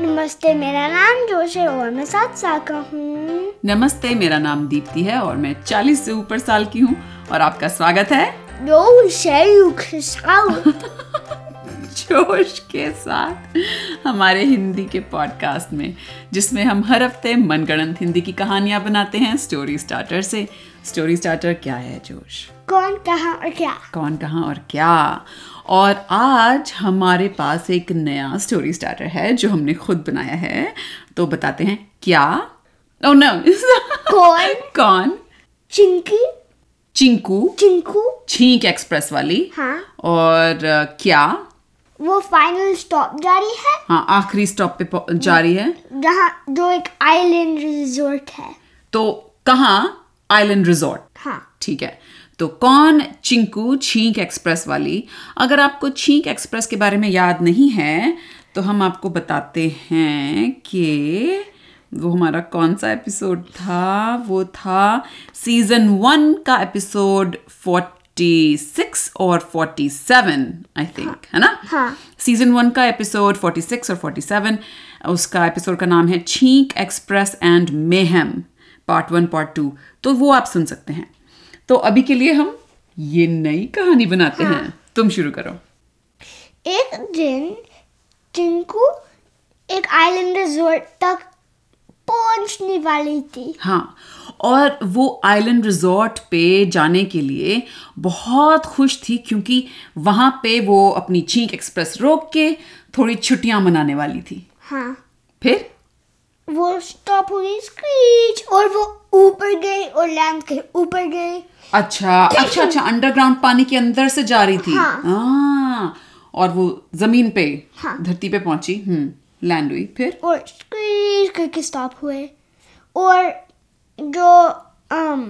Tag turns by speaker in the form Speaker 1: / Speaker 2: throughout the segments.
Speaker 1: नमस्ते मेरा नाम जोश है और मैं सात साल का हूँ
Speaker 2: नमस्ते मेरा नाम दीप्ति है और मैं 40 से ऊपर साल की हूँ और आपका स्वागत है
Speaker 1: जो शेरू खिसाऊ
Speaker 2: जोश के साथ हमारे हिंदी के पॉडकास्ट में जिसमें हम हर हफ्ते मनगढ़ंत हिंदी की कहानियाँ बनाते हैं स्टोरी स्टार्टर से स्टोरी स्टार्टर क्या है जोश
Speaker 1: कौन कहा और क्या
Speaker 2: कौन कहाँ और क्या और आज हमारे पास एक नया स्टोरी स्टार्टर है जो हमने खुद बनाया है तो बताते हैं क्या ओह नो
Speaker 1: कौन
Speaker 2: कौन
Speaker 1: चिंकी
Speaker 2: चिंकू
Speaker 1: चिंकू
Speaker 2: छींक एक्सप्रेस वाली
Speaker 1: हाँ
Speaker 2: और अ, क्या
Speaker 1: वो फाइनल स्टॉप जा रही है
Speaker 2: हाँ आखिरी स्टॉप पे पहुं- जा रही है
Speaker 1: जहाँ जो एक आइलैंड रिजोर्ट है
Speaker 2: तो कहाँ आइलैंड रिजॉर्ट
Speaker 1: हाँ
Speaker 2: ठीक है तो कौन चिंकू छींक एक्सप्रेस वाली अगर आपको छींक एक्सप्रेस के बारे में याद नहीं है तो हम आपको बताते हैं कि वो हमारा कौन सा एपिसोड था वो था सीजन वन का एपिसोड 46 और 47 आई थिंक है ना
Speaker 1: हाँ।
Speaker 2: सीजन वन का एपिसोड 46 और 47 उसका एपिसोड का नाम है छींक express and mayhem part one part two तो वो आप सुन सकते हैं तो अभी के लिए हम ये नई कहानी बनाते हैं तुम शुरू करो
Speaker 1: एक दिन चिंकू एक आइलैंड रिजोर्ट तक पहुंचने वाली थी
Speaker 2: हाँ और वो आइलैंड रिजॉर्ट पे जाने के लिए बहुत खुश थी क्योंकि वहाँ पे वो अपनी छींक एक्सप्रेस रोक के थोड़ी छुट्टियाँ मनाने वाली थी
Speaker 1: हाँ
Speaker 2: फिर
Speaker 1: वो स्टॉप हो गई स्क्रीच और वो ऊपर गई और लैंड के ऊपर गई
Speaker 2: अच्छा अच्छा अच्छा अंडरग्राउंड पानी के अंदर से जा रही थी
Speaker 1: हाँ।
Speaker 2: हाँ और वो जमीन पे
Speaker 1: हाँ।
Speaker 2: धरती पे पहुंची हम्म लैंड हुई फिर
Speaker 1: और स्क्रीच करके स्टॉप हुए और जो um,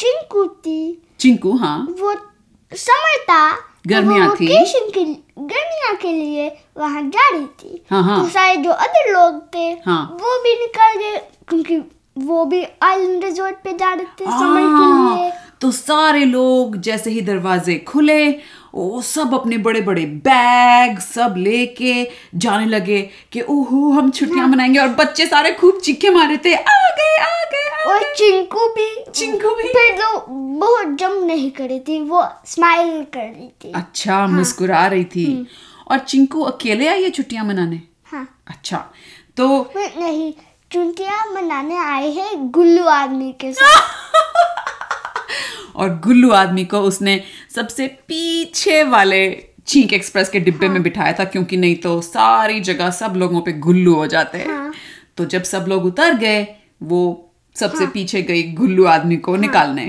Speaker 1: चिंकू थी
Speaker 2: चिंकू हाँ
Speaker 1: वो समर था तो
Speaker 2: गर्मियाँ
Speaker 1: वो
Speaker 2: थी।
Speaker 1: vacation के गर्मियाँ के लिए वहाँ जा रही थी
Speaker 2: हाँ, हाँ।
Speaker 1: तो सारे जो अदर लोग थे
Speaker 2: हाँ।
Speaker 1: वो भी निकल गए क्योंकि वो भी आइलैंड रिजोर्ट पे जा रहे थे समर के लिए
Speaker 2: हाँ, तो सारे लोग जैसे ही दरवाजे खुले वो सब अपने बड़े बड़े बैग सब लेके जाने लगे कि ओहो हम
Speaker 1: हाँ।
Speaker 2: छुट्टियां मनाएंगे और बच्चे सारे खूब चीखे मारे थे आ गए आ गए आ
Speaker 1: और चिंकू भी
Speaker 2: चिंकू भी।
Speaker 1: फिर तो बहुत जम नहीं कर रही थी वो स्माइल कर रही थी
Speaker 2: अच्छा
Speaker 1: हाँ।
Speaker 2: मुस्कुरा रही थी
Speaker 1: हम्म।
Speaker 2: और चिंकू अकेले आई है छुट्टियां मनाने
Speaker 1: हाँ
Speaker 2: अच्छा तो
Speaker 1: पर नहीं चुनकिया मनाने आए हैं गुल्लू आदमी के साथ
Speaker 2: और गुल्लू आदमी को उसने सबसे पीछे वाले चीक एक्सप्रेस के डिब्बे में बिठाया था क्योंकि नहीं तो सारी जगह सब लोगों पे गुल्लू हो जाते हैं
Speaker 1: हाँ।
Speaker 2: तो जब सब लोग उतर गए वो सबसे पीछे गई गुल्लू आदमी को निकालने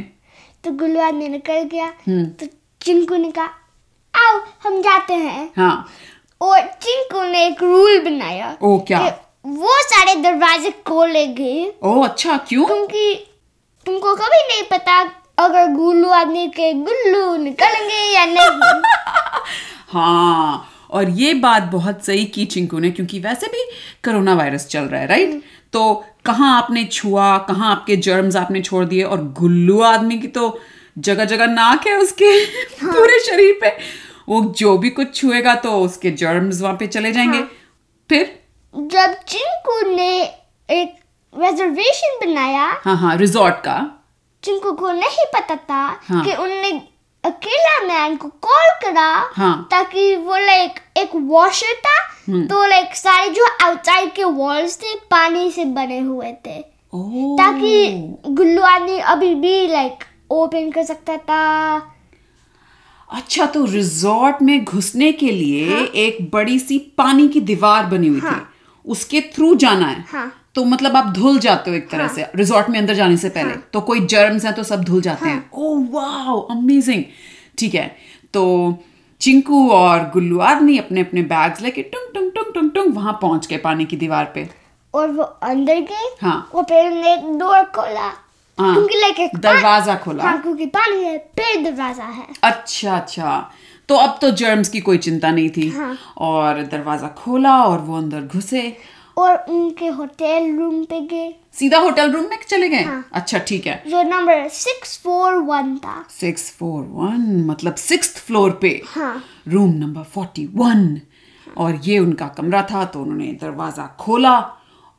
Speaker 1: तो गुल्लू आदमी निकल गया
Speaker 2: हम्म।
Speaker 1: तो चिंकू ने कहा आओ हम जाते हैं
Speaker 2: हाँ
Speaker 1: और चिंकू ने एक रूल बनाया
Speaker 2: ओ क्या
Speaker 1: कि वो सारे दरवाजे खोलेगी
Speaker 2: ओ अच्छा क्यों
Speaker 1: क्योंकि तुमको कभी नहीं पता अगर गुल्लू आदमी के गुल्लू निकलेंगे या नहीं
Speaker 2: हाँ और ये बात बहुत सही की चिंकू ने क्योंकि वैसे भी कोरोना वायरस चल रहा है राइट तो कहाँ आपने छुआ कहाँ आपके जर्म्स आपने छोड़ दिए और गुल्लू आदमी की तो जगह जगह नाक है उसके पूरे शरीर पे वो जो भी कुछ छुएगा तो उसके जर्म्स वहां पे चले जाएंगे फिर
Speaker 1: जब चिंकू ने एक रिजर्वेशन बनाया
Speaker 2: हाँ हाँ रिजॉर्ट का
Speaker 1: चिंकू को नहीं पता था
Speaker 2: हाँ।
Speaker 1: कि उनने अकेला मैन को कॉल करा
Speaker 2: हाँ। हम्म।
Speaker 1: ताकि वो लाइक एक वॉशर था तो लाइक सारे जो आउटसाइड के वॉल्स थे पानी से बने हुए थे
Speaker 2: ओ
Speaker 1: ताकि गुल्लू आदमी अभी भी लाइक ओपन कर सकता था
Speaker 2: अच्छा तो रिजॉर्ट में घुसने के लिए एक बड़ी सी पानी की दीवार बनी हुई थी उसके थ्रू जाना है
Speaker 1: हाँ।
Speaker 2: तो मतलब आप धुल जाते हो एक तरह से रिजॉर्ट में अंदर जाने से पहले
Speaker 1: हाँ।
Speaker 2: तो कोई जर्म्स हैं तो सब धुल जाते हैं ओ वाओ अमेजिंग ठीक है तो चिंकू और गुल्लू आदमी अपने अपने बैग्स लेके टुंग टुंग टुंग टुंग टुंग वहां पहुंच गए पानी की दीवार पे
Speaker 1: और वो अंदर गए
Speaker 2: हाँ।
Speaker 1: और फिर उन्होंने एक डोर खोला
Speaker 2: हाँ।
Speaker 1: क्योंकि लाइक एक
Speaker 2: दरवाजा खोला।
Speaker 1: हाँ क्योंकि पानी है फिर दरवाजा है
Speaker 2: अच्छा अच्छा तो अब तो जर्म्स की कोई चिंता नहीं थी
Speaker 1: हाँ।
Speaker 2: और दरवाजा खोला और वो अंदर घुसे
Speaker 1: और उनके होटल रूम पे गए
Speaker 2: सीधा होटल रूम में चले गए
Speaker 1: हाँ।
Speaker 2: अच्छा ठीक है
Speaker 1: जो नंबर सिक्स फोर वन था
Speaker 2: सिक्स फोर वन मतलब सिक्स फ्लोर पे
Speaker 1: हाँ।
Speaker 2: रूम नंबर फोर्टी वन और ये उनका कमरा था तो उन्होंने दरवाज़ा खोला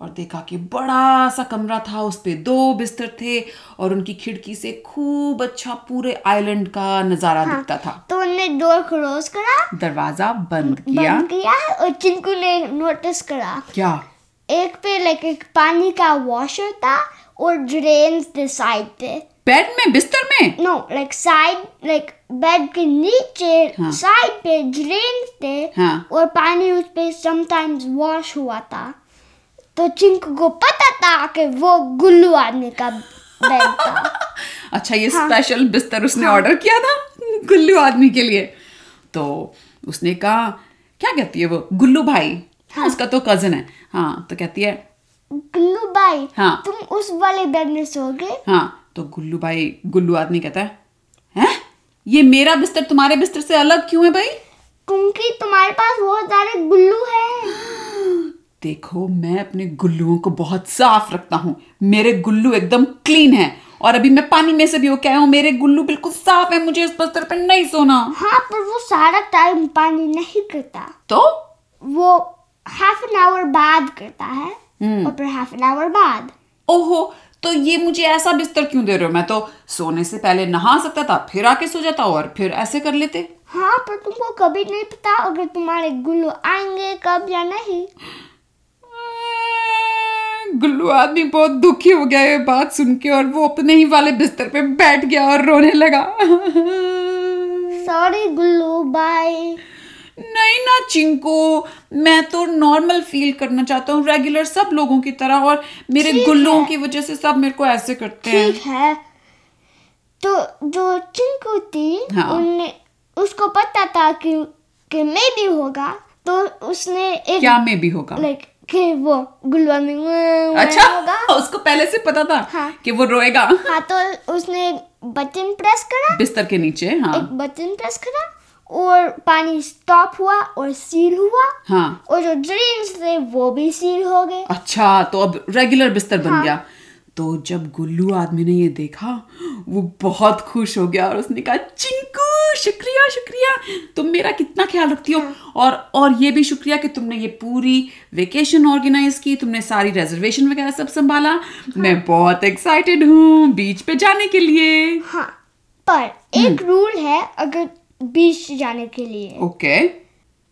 Speaker 2: और देखा कि बड़ा सा कमरा था उस पे दो बिस्तर थे और उनकी खिड़की से खूब अच्छा पूरे आइलैंड का नज़ारा दिखता था
Speaker 1: तो उनने डोर क्लोज करा
Speaker 2: दरवाज़ा बंद किया
Speaker 1: बंद किया और चिंकू ने नोटिस करा
Speaker 2: क्या
Speaker 1: एक पे लाइक एक पानी का वॉशर था और ड्रेन साइड पे
Speaker 2: बेड में बिस्तर में
Speaker 1: no like side like bed के नीचे
Speaker 2: हाँ।
Speaker 1: साइड पे ड्रेन थे
Speaker 2: हाँ।
Speaker 1: और पानी उस पे समटाइम्स वॉश हुआ था तो चिंकू को पता था कि वो गुल्लू आदमी का बेड था
Speaker 2: अच्छा ये स्पेशल बिस्तर उसने ऑर्डर किया था गुल्लू आदमी के लिए तो उसने कहा क्या कहती है वो गुल्लू भाई हाँ उसका तो कजन है हाँ तो कहती है
Speaker 1: गुल्लू भाई
Speaker 2: हाँ।
Speaker 1: तुम उस वाले बेड में सोगे
Speaker 2: हाँ तो गुल्लू भाई गुल्लू आदमी कहता है हैं ये मेरा बिस्तर तुम्हारे बिस्तर से अलग क्यों है भाई
Speaker 1: क्योंकि तुम्हारे पास बहुत सारे गुल्लू हैं
Speaker 2: देखो मैं अपने गुल्लुओं को बहुत साफ रखता हूँ मेरे गुल्लू एकदम क्लीन है और अभी मैं पानी में से भी होके आया हूँ मेरे गुल्लू बिल्कुल साफ है मुझे इस बिस्तर पर नहीं सोना
Speaker 1: हाँ पर वो सारा टाइम पानी नहीं करता
Speaker 2: तो
Speaker 1: वो हाफ एन आवर बाद करता है और फिर हाफ एन आवर बाद
Speaker 2: ओहो तो ये मुझे ऐसा बिस्तर क्यों दे रहे हो मैं तो सोने से पहले नहा सकता था फिर आके सो जाता और फिर ऐसे कर लेते
Speaker 1: हाँ पर तुमको कभी नहीं पता अगर तुम्हारे गुल्लू आएंगे कब या नहीं
Speaker 2: गुल्लू आदमी बहुत दुखी हो गया ये बात सुन के और वो अपने ही वाले बिस्तर पे बैठ गया और रोने लगा
Speaker 1: सॉरी गुल्लू बाय
Speaker 2: नहीं ना चिंकू मैं तो नॉर्मल फील करना चाहता हूँ रेगुलर सब लोगों की तरह और मेरे गुल्लुओं की वजह से सब मेरे को ऐसे करते हैं
Speaker 1: ठीक है तो जो चिंकू थी
Speaker 2: हाँ।
Speaker 1: उनने उसको पता था कि कि मैं भी होगा तो उसने एक
Speaker 2: क्या में भी होगा
Speaker 1: लाइक कि वो गुल्लू में
Speaker 2: अच्छा
Speaker 1: होगा
Speaker 2: उसको पहले से पता था
Speaker 1: हाँ।
Speaker 2: कि वो रोएगा
Speaker 1: हाँ तो उसने बटन प्रेस करा
Speaker 2: बिस्तर के नीचे हाँ
Speaker 1: एक बटन प्रेस करा और पानी स्टॉप हुआ और सील हुआ
Speaker 2: हाँ
Speaker 1: और जो ड्रेन्स थे वो भी सील हो गए
Speaker 2: अच्छा तो अब रेगुलर बिस्तर बन गया तो जब गुल्लू आदमी ने ये देखा वो बहुत खुश हो गया और उसने कहा चिंकू शुक्रिया शुक्रिया तुम मेरा कितना ख्याल रखती हो और और ये भी शुक्रिया कि तुमने ये पूरी वेकेशन ऑर्गेनाइज की तुमने सारी रिजर्वेशन वगैरह सब संभाला मैं बहुत एक्साइटेड हूँ बीच पे जाने के लिए
Speaker 1: हाँ पर एक
Speaker 2: हम्म।
Speaker 1: रूल है अगर बीच जाने के लिए
Speaker 2: ओके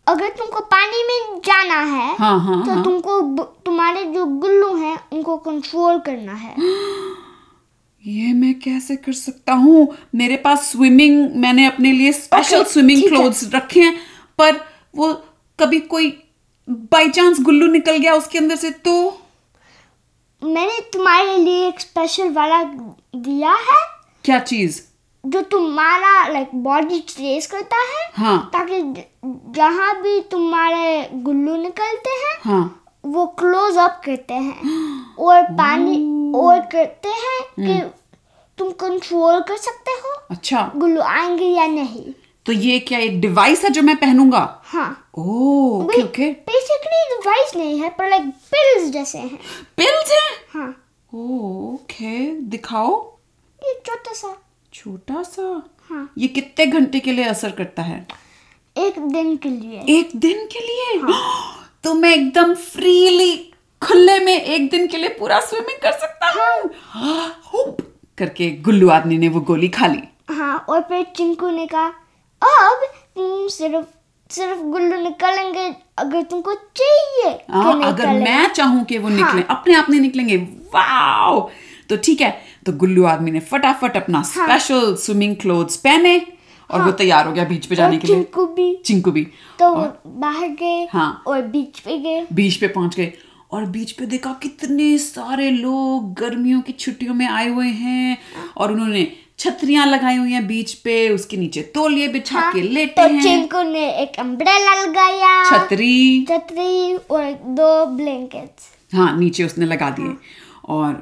Speaker 1: अगर तुमको पानी में जाना है
Speaker 2: हाँ हाँ
Speaker 1: तो
Speaker 2: हाँ
Speaker 1: तुमको ब- तुम्हारे जो गुल्लू हैं उनको कंट्रोल करना है
Speaker 2: ये मैं कैसे कर सकता हूँ मेरे पास स्विमिंग मैंने अपने लिए स्पेशल
Speaker 1: Okay,
Speaker 2: स्विमिंग
Speaker 1: ठीक है।
Speaker 2: क्लोथ्स रखे हैं पर वो कभी कोई बाई चांस गुल्लू निकल गया उसके अंदर से तो
Speaker 1: मैंने तुम्हारे लिए एक स्पेशल वाला दिया है
Speaker 2: क्या चीज
Speaker 1: जो तुम्हारा लाइक बॉडी ट्रेस करता है
Speaker 2: हाँ
Speaker 1: ताकि ज- जहाँ भी तुम्हारे गुल्लू निकलते हैं
Speaker 2: हाँ
Speaker 1: वो क्लोज अप करते हैं और पानी और करते हैं कि
Speaker 2: हम्म।
Speaker 1: तुम कंट्रोल कर सकते हो
Speaker 2: अच्छा
Speaker 1: गुल्लू आएंगे या नहीं
Speaker 2: तो ये क्या एक डिवाइस है जो मैं पहनूंगा
Speaker 1: हाँ
Speaker 2: oh okay okay
Speaker 1: basically device नहीं है पर लाइक पिल्स जैसे हैं
Speaker 2: पिल्स हैं
Speaker 1: हाँ
Speaker 2: ओह ओके दिखाओ
Speaker 1: ये छोटा सा
Speaker 2: छोटा सा
Speaker 1: हाँ
Speaker 2: ये कितने घंटे के लिए असर करता है
Speaker 1: एक दिन के लिए
Speaker 2: एक दिन के लिए
Speaker 1: हाँ।
Speaker 2: तो मैं एकदम फ्रीली खुले में एक दिन के लिए पूरा स्विमिंग कर सकता
Speaker 1: हाँ।
Speaker 2: हूँ हुप करके गुल्लू आदमी ने वो गोली खा ली
Speaker 1: हाँ और फिर चिंकू ने कहा अब तुम सिर्फ सिर्फ गुल्लू निकलेंगे अगर तुमको चाहिए कि
Speaker 2: हाँ, अगर
Speaker 1: निकलें।
Speaker 2: मैं चाहूं कि वो निकले
Speaker 1: हाँ।
Speaker 2: अपने आप नहीं निकलेंगे वाओ तो ठीक है तो गुल्लू आदमी ने फटाफट अपना
Speaker 1: हाँ।
Speaker 2: स्पेशल स्विमिंग क्लोथ्स पहने और वो तैयार हो गया बीच पे जाने
Speaker 1: और
Speaker 2: के लिए
Speaker 1: चिंकू भी
Speaker 2: चिंकू भी
Speaker 1: तो वो बाहर गए
Speaker 2: हाँ।
Speaker 1: और बीच पे गए
Speaker 2: बीच पे पहुंच गए और बीच पे देखा कितने सारे लोग गर्मियों की छुट्टियों में आए हुए हैं और उन्होंने छतरियां लगाई हुई हैं बीच पे उसके नीचे तौलिए बिछा के लेटे
Speaker 1: तो
Speaker 2: हैं
Speaker 1: चिंकू ने एक अम्ब्रेला लगाया
Speaker 2: छतरी
Speaker 1: छतरी और दो ब्लैंकेट्स
Speaker 2: हाँ नीचे उसने लगा दिए और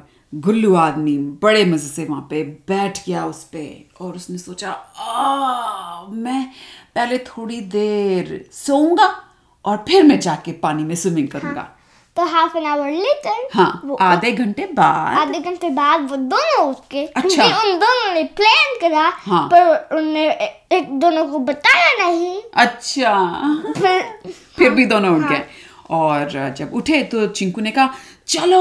Speaker 2: गुल्लू आदमी बड़े मजे से वहां पे बैठ गया उस पे और उसने सोचा आ मैं पहले थोड़ी देर सोऊंगा और फिर मैं जाके पानी में स्विमिंग करूंगा
Speaker 1: तो हाफ एन आवर लेटर
Speaker 2: हाँ आधे घंटे बाद
Speaker 1: आधे घंटे बाद वो दोनों उसके
Speaker 2: अच्छा।
Speaker 1: क्योंकि उन दोनों ने प्लान करा
Speaker 2: हाँ।
Speaker 1: पर उनने ए- एक दोनों को बताया नहीं
Speaker 2: अच्छा
Speaker 1: फिर
Speaker 2: फिर भी दोनों उठ गए और जब उठे तो चिंकू ने कहा चलो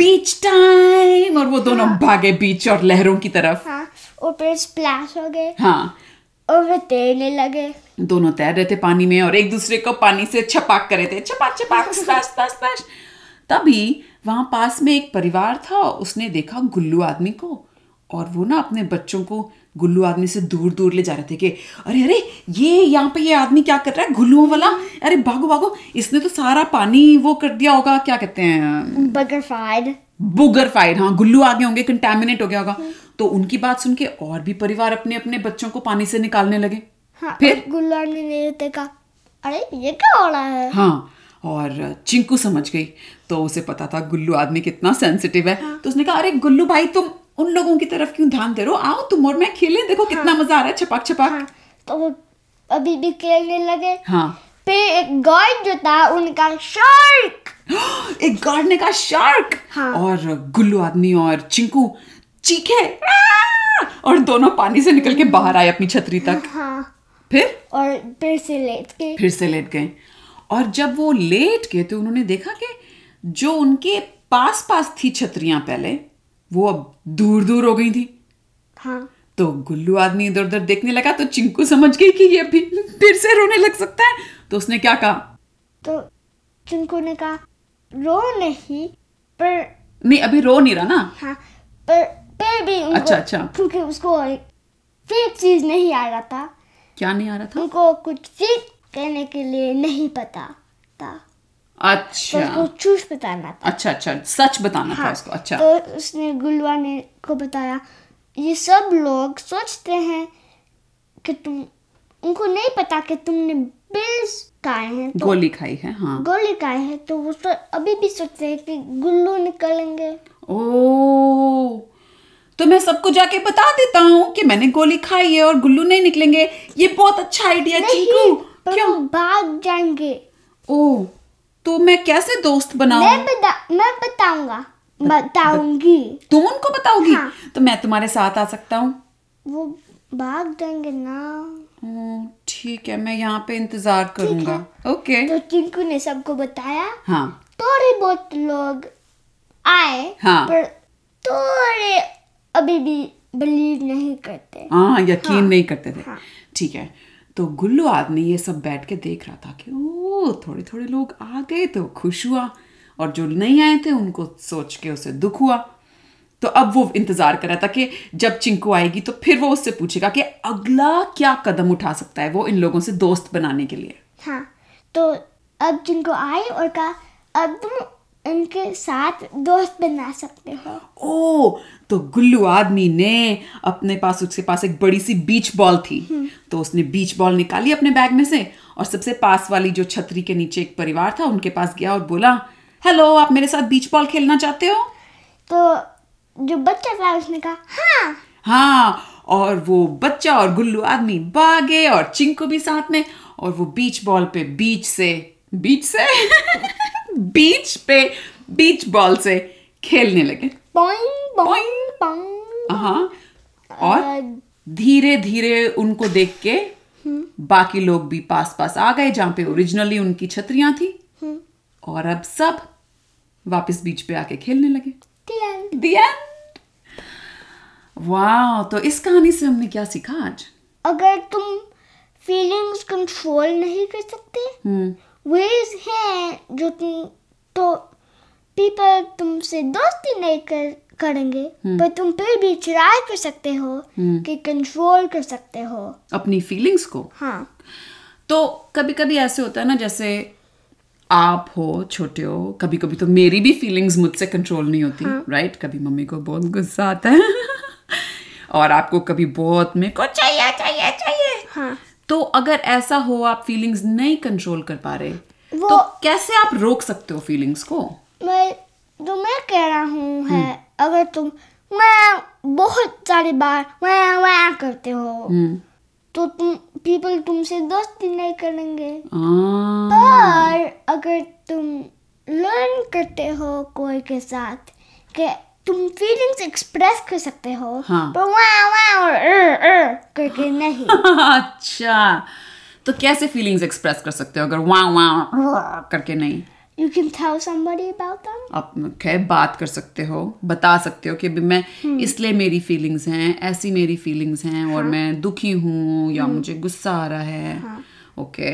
Speaker 2: बीच टाइम और वो दोनों भागे बीच और लहरों की तरफ
Speaker 1: हाँ और फिर स्प्लैश हो गए
Speaker 2: हाँ
Speaker 1: और फिर तैरने लगे
Speaker 2: दोनों तैर रहे थे पानी में और एक दूसरे को पानी से छपाक कर रहे थे छपाक छपाक स्प्लैश स्प्लैश स्प्लैश तभी वहां पास में एक परिवार था उसने देखा गुल्लू आदमी को और वो ना अपने बच्चों को गुल्लू आदमी से दूर दूर ले जा रहे थे कि अरे अरे ये यहाँ पे ये आदमी क्या कर रहा है गुल्लुओं वाला अरे भागो भागो इसने तो सारा पानी वो कर दिया होगा क्या कहते हैं
Speaker 1: बटरफ्लाइड
Speaker 2: बुगर फाइड हाँ गुल्लू आगे होंगे कंटेमिनेट हो गया होगा तो उनकी बात सुन के और भी परिवार अपने अपने बच्चों को पानी से निकालने लगे
Speaker 1: हाँ
Speaker 2: फिर?
Speaker 1: और गुल्लू आदमी ने देखा अरे ये क्या हो रहा है
Speaker 2: हाँ और चिंकू समझ गई तो उसे पता था गुल्लू आदमी कितना सेंसिटिव है तो उसने कहा अरे गुल्लू भाई तुम उन लोगों की तरफ क्यों ध्यान दे रहे हो आओ तुम और मैं खेलें देखो कितना मजा आ रहा है छपाक
Speaker 1: हाँ
Speaker 2: छपाक
Speaker 1: तो वो अभी भी खेलने लगे
Speaker 2: हाँ
Speaker 1: फिर एक गार्ड जो था उनका शार्क
Speaker 2: हाँ। एक गार्ड ने कहा शार्क
Speaker 1: हाँ।
Speaker 2: और गुल्लू आदमी और चिंकू चीखे "आह!" और दोनों पानी से निकल के बाहर आए अपनी छतरी तक
Speaker 1: हाँ
Speaker 2: फिर
Speaker 1: और फिर से लेट के
Speaker 2: फिर से लेट गए और जब वो लेट गए तो उन्होंने देखा कि जो उनके पास पास थी छतरियां पहले वो अब दूर दूर हो गई थी
Speaker 1: हाँ
Speaker 2: तो गुल्लू आदमी इधर उधर देखने लगा तो चिंकू समझ गई कि ये भी फिर से रोने लग सकता है तो उसने क्या कहा
Speaker 1: तो चिंकू ने कहा रो नहीं पर
Speaker 2: नहीं अभी रो नहीं रहा ना
Speaker 1: हाँ पर फिर भी उनको
Speaker 2: अच्छा, अच्छा।
Speaker 1: क्योंकि उसको फिर चीज नहीं आ रहा था
Speaker 2: क्या नहीं आ रहा था
Speaker 1: उनको कुछ चीज कहने के लिए नहीं पता था तो
Speaker 2: अच्छा
Speaker 1: उसको चूस बताना था
Speaker 2: अच्छा अच्छा सच बताना था
Speaker 1: हाँ,
Speaker 2: उसको अच्छा
Speaker 1: तो उसने गुलवा ने को बताया ये सब लोग सोचते हैं कि तुम उनको नहीं पता कि तुमने बिल्स खाए हैं तो
Speaker 2: गोली खाई है हाँ
Speaker 1: गोली खाए हैं तो वो सो, अभी भी सोचते हैं कि गुल्लू निकलेंगे
Speaker 2: ओ तो मैं सबको जाके बता देता हूँ कि मैंने गोली खाई है और गुल्लू नहीं निकलेंगे ये बहुत अच्छा आइडिया चीकू
Speaker 1: पर
Speaker 2: क्यों
Speaker 1: वो भाग जाएंगे
Speaker 2: ओ तो मैं कैसे दोस्त
Speaker 1: मैं
Speaker 2: बनाऊं
Speaker 1: बता मैं बताऊंगा बताऊंगी
Speaker 2: तुम उनको बताओगी
Speaker 1: हाँ।
Speaker 2: तो मैं तुम्हारे साथ आ सकता हूँ
Speaker 1: वो भाग जाएंगे ना
Speaker 2: ओ, ठीक है मैं यहाँ पे इंतजार करूंगा ओके
Speaker 1: तो चिंकू ने सबको बताया
Speaker 2: हाँ
Speaker 1: थोड़े बहुत लोग आए
Speaker 2: हाँ।
Speaker 1: पर थोड़े अभी भी बिलीव नहीं करते
Speaker 2: हाँ यकीन नहीं करते थे
Speaker 1: हाँ।
Speaker 2: ठीक है तो गुल्लू आदमी ये सब बैठ के देख रहा था कि ओ थोड़े थोड़े लोग आ गए तो खुश हुआ और जो नहीं आए थे उनको सोच के उसे दुख हुआ तो अब वो इंतजार कर रहा था कि जब चिंकू आएगी तो फिर वो उससे पूछेगा कि अगला क्या कदम उठा सकता है वो इन लोगों से दोस्त बनाने के लिए
Speaker 1: हाँ तो अब जिनको आए और कहा अब तुम उनके साथ दोस्त बना सकते हो
Speaker 2: ओ तो गुल्लू आदमी ने अपने पास उसके पास एक बड़ी सी बीच बॉल थी तो उसने बीच बॉल निकाली अपने बैग में से और सबसे पास वाली जो छतरी के नीचे एक परिवार था उनके पास गया और बोला हेलो आप मेरे साथ बीच बॉल खेलना चाहते हो
Speaker 1: तो जो बच्चा था उसने कहा हाँ
Speaker 2: हाँ और वो बच्चा और गुल्लू आदमी भागे और चिंकू भी साथ में और वो बीच बॉल पे बीच से बीच से बीच पे बीच बॉल से खेलने लगे
Speaker 1: पॉइंग पॉइंग
Speaker 2: हाँ और
Speaker 1: पॉइंग
Speaker 2: धीरे धीरे उनको देख के बाकी लोग भी पास पास आ गए जहाँ पे ओरिजिनली उनकी छतरियां थी और अब सब वापस बीच पे आके खेलने लगे The end. वाह तो इस कहानी से हमने क्या सीखा आज
Speaker 1: अगर तुम फीलिंग्स कंट्रोल नहीं कर सकते
Speaker 2: हम्म
Speaker 1: वेज हैं जो तुम तो पीपल तुमसे दोस्ती नहीं कर करेंगे
Speaker 2: हम्म।
Speaker 1: पर तुम फिर भी ट्राई कर सकते हो कि कंट्रोल कर सकते हो
Speaker 2: अपनी फीलिंग्स को
Speaker 1: हाँ
Speaker 2: तो कभी कभी ऐसे होता है ना जैसे आप हो छोटे हो कभी कभी तो मेरी भी फीलिंग्स मुझसे कंट्रोल नहीं होती राइट कभी मम्मी को बहुत गुस्सा आता है और आपको कभी बहुत में को चाहिए चाहिए चाहिए
Speaker 1: हाँ
Speaker 2: तो अगर ऐसा हो आप फीलिंग्स नहीं कंट्रोल कर पा रहे
Speaker 1: वो-
Speaker 2: तो कैसे आप रोक सकते हो फीलिंग्स को
Speaker 1: मैं जो मैं कह रहा हूँ
Speaker 2: हम्म।
Speaker 1: है अगर तुम मैं बहुत सारी बार मैं मैं करते हो
Speaker 2: हम्म
Speaker 1: तो तुम पीपल तुमसे दोस्ती नहीं करेंगे
Speaker 2: आ,
Speaker 1: पर अगर तुम लर्न करते हो कोई के साथ कि तुम फीलिंग्स एक्सप्रेस कर सकते हो
Speaker 2: हाँ।
Speaker 1: पर वाह वाह और अर, अर करके नहीं
Speaker 2: अच्छा तो कैसे फीलिंग्स एक्सप्रेस कर सकते हो अगर वाह वाह करके नहीं
Speaker 1: you can tell somebody about them
Speaker 2: आप खैर बात कर सकते हो बता सकते हो कि अभी मैं इसलिए मेरी फीलिंग्स हैं ऐसी मेरी फीलिंग्स हैं और मैं दुखी हूँ या मुझे गुस्सा आ रहा है ओके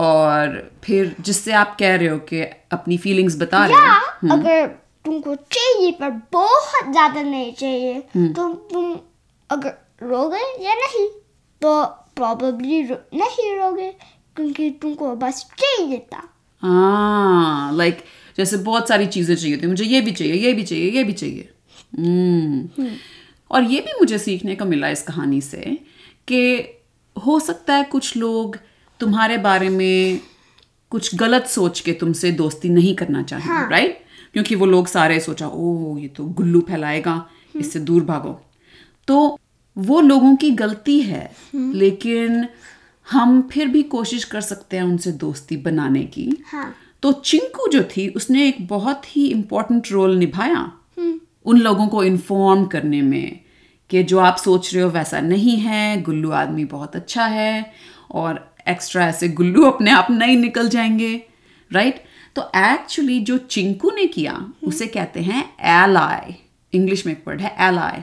Speaker 2: और फिर जिससे आप कह रहे हो कि अपनी फीलिंग्स बता रहे
Speaker 1: या
Speaker 2: हो
Speaker 1: अगर तुमको चाहिए पर बहुत ज्यादा नहीं चाहिए तो तुम अगर रोगे या नहीं तो प्रॉब्लली नहीं रोगे क्योंकि तुमको बस चाहिए था
Speaker 2: हाँ लाइक जैसे बहुत सारी चीज़ें चाहिए थी मुझे ये भी चाहिए ये भी चाहिए ये भी चाहिए हम्म और ये भी मुझे सीखने को मिला इस कहानी से कि हो सकता है कुछ लोग तुम्हारे बारे में कुछ गलत सोच के तुमसे दोस्ती नहीं करना चाहें राइट क्योंकि वो लोग सारे सोचा ओ ये तो गुल्लू फैलाएगा इससे दूर भागो तो वो लोगों की गलती है लेकिन हम फिर भी कोशिश कर सकते हैं उनसे दोस्ती बनाने की
Speaker 1: हाँ।
Speaker 2: तो चिंकू जो थी उसने एक बहुत ही इम्पोर्टेंट रोल निभाया उन लोगों को इन्फॉर्म करने में कि जो आप सोच रहे हो वैसा नहीं है गुल्लू आदमी बहुत अच्छा है और एक्स्ट्रा ऐसे गुल्लू अपने आप नहीं निकल जाएंगे राइट तो एक्चुअली जो चिंकू ने किया उसे कहते हैं एलाई इंग्लिश में एक वर्ड है एलाई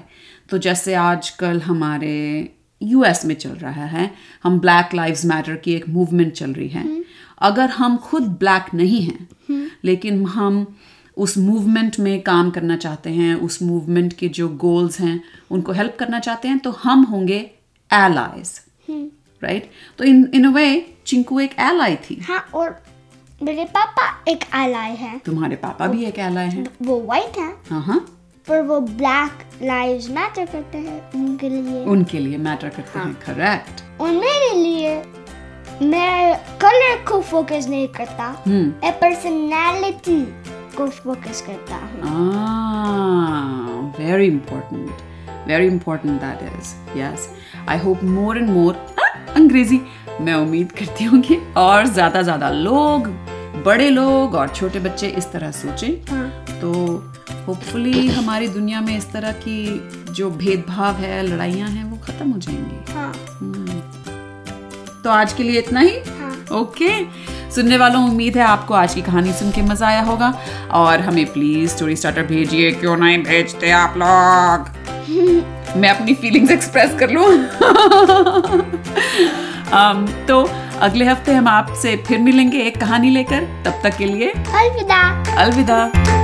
Speaker 2: तो जैसे आजकल हमारे यूएस में चल रहा है हम ब्लैक लाइव्स मैटर की एक मूवमेंट चल रही है अगर हम खुद ब्लैक नहीं हैं लेकिन हम उस मूवमेंट में काम करना चाहते हैं उस मूवमेंट के जो गोल्स हैं उनको हेल्प करना चाहते हैं तो हम होंगे एलाइज राइट तो इन इन अ वे चिंकू एक एलाई थी
Speaker 1: हाँ और मेरे पापा एक आलाई है
Speaker 2: तुम्हारे पापा भी एक एलाई हैं
Speaker 1: वो वाइट है
Speaker 2: हाँ हाँ
Speaker 1: पर वो ब्लैक लाइव्स मैटर करते हैं उनके लिए
Speaker 2: उनके लिए मैटर करते हैं करेक्ट
Speaker 1: और मेरे लिए मैं कलर को फोकस नहीं करता
Speaker 2: हम्म
Speaker 1: मैं पर्सनैलिटी को फोकस करता हूँ
Speaker 2: Ah, very important. Very important that is. Yes. I hope more and more Ah, अंग्रेजी मैं उम्मीद करती हूँ कि और ज़्यादा ज़्यादा लोग बड़े लोग और छोटे बच्चे इस तरह सोचें
Speaker 1: हाँ।
Speaker 2: तो होपफुली हमारी दुनिया में इस तरह की जो भेदभाव है लड़ाइयाँ हैं वो ख़त्म हो जाएंगी हम्म।
Speaker 1: हाँ
Speaker 2: तो आज के लिए इतना ही
Speaker 1: हाँ।
Speaker 2: ओके सुनने वालों उम्मीद है आपको आज की कहानी सुन के मजा आया होगा और हमें प्लीज स्टोरी स्टार्टर भेजिए क्यों नहीं भेजते आप लोग मैं अपनी फीलिंग्स एक्सप्रेस कर लूं um, तो अगले हफ्ते हम आपसे फिर मिलेंगे एक कहानी लेकर तब तक के लिए
Speaker 1: अलविदा
Speaker 2: अलविदा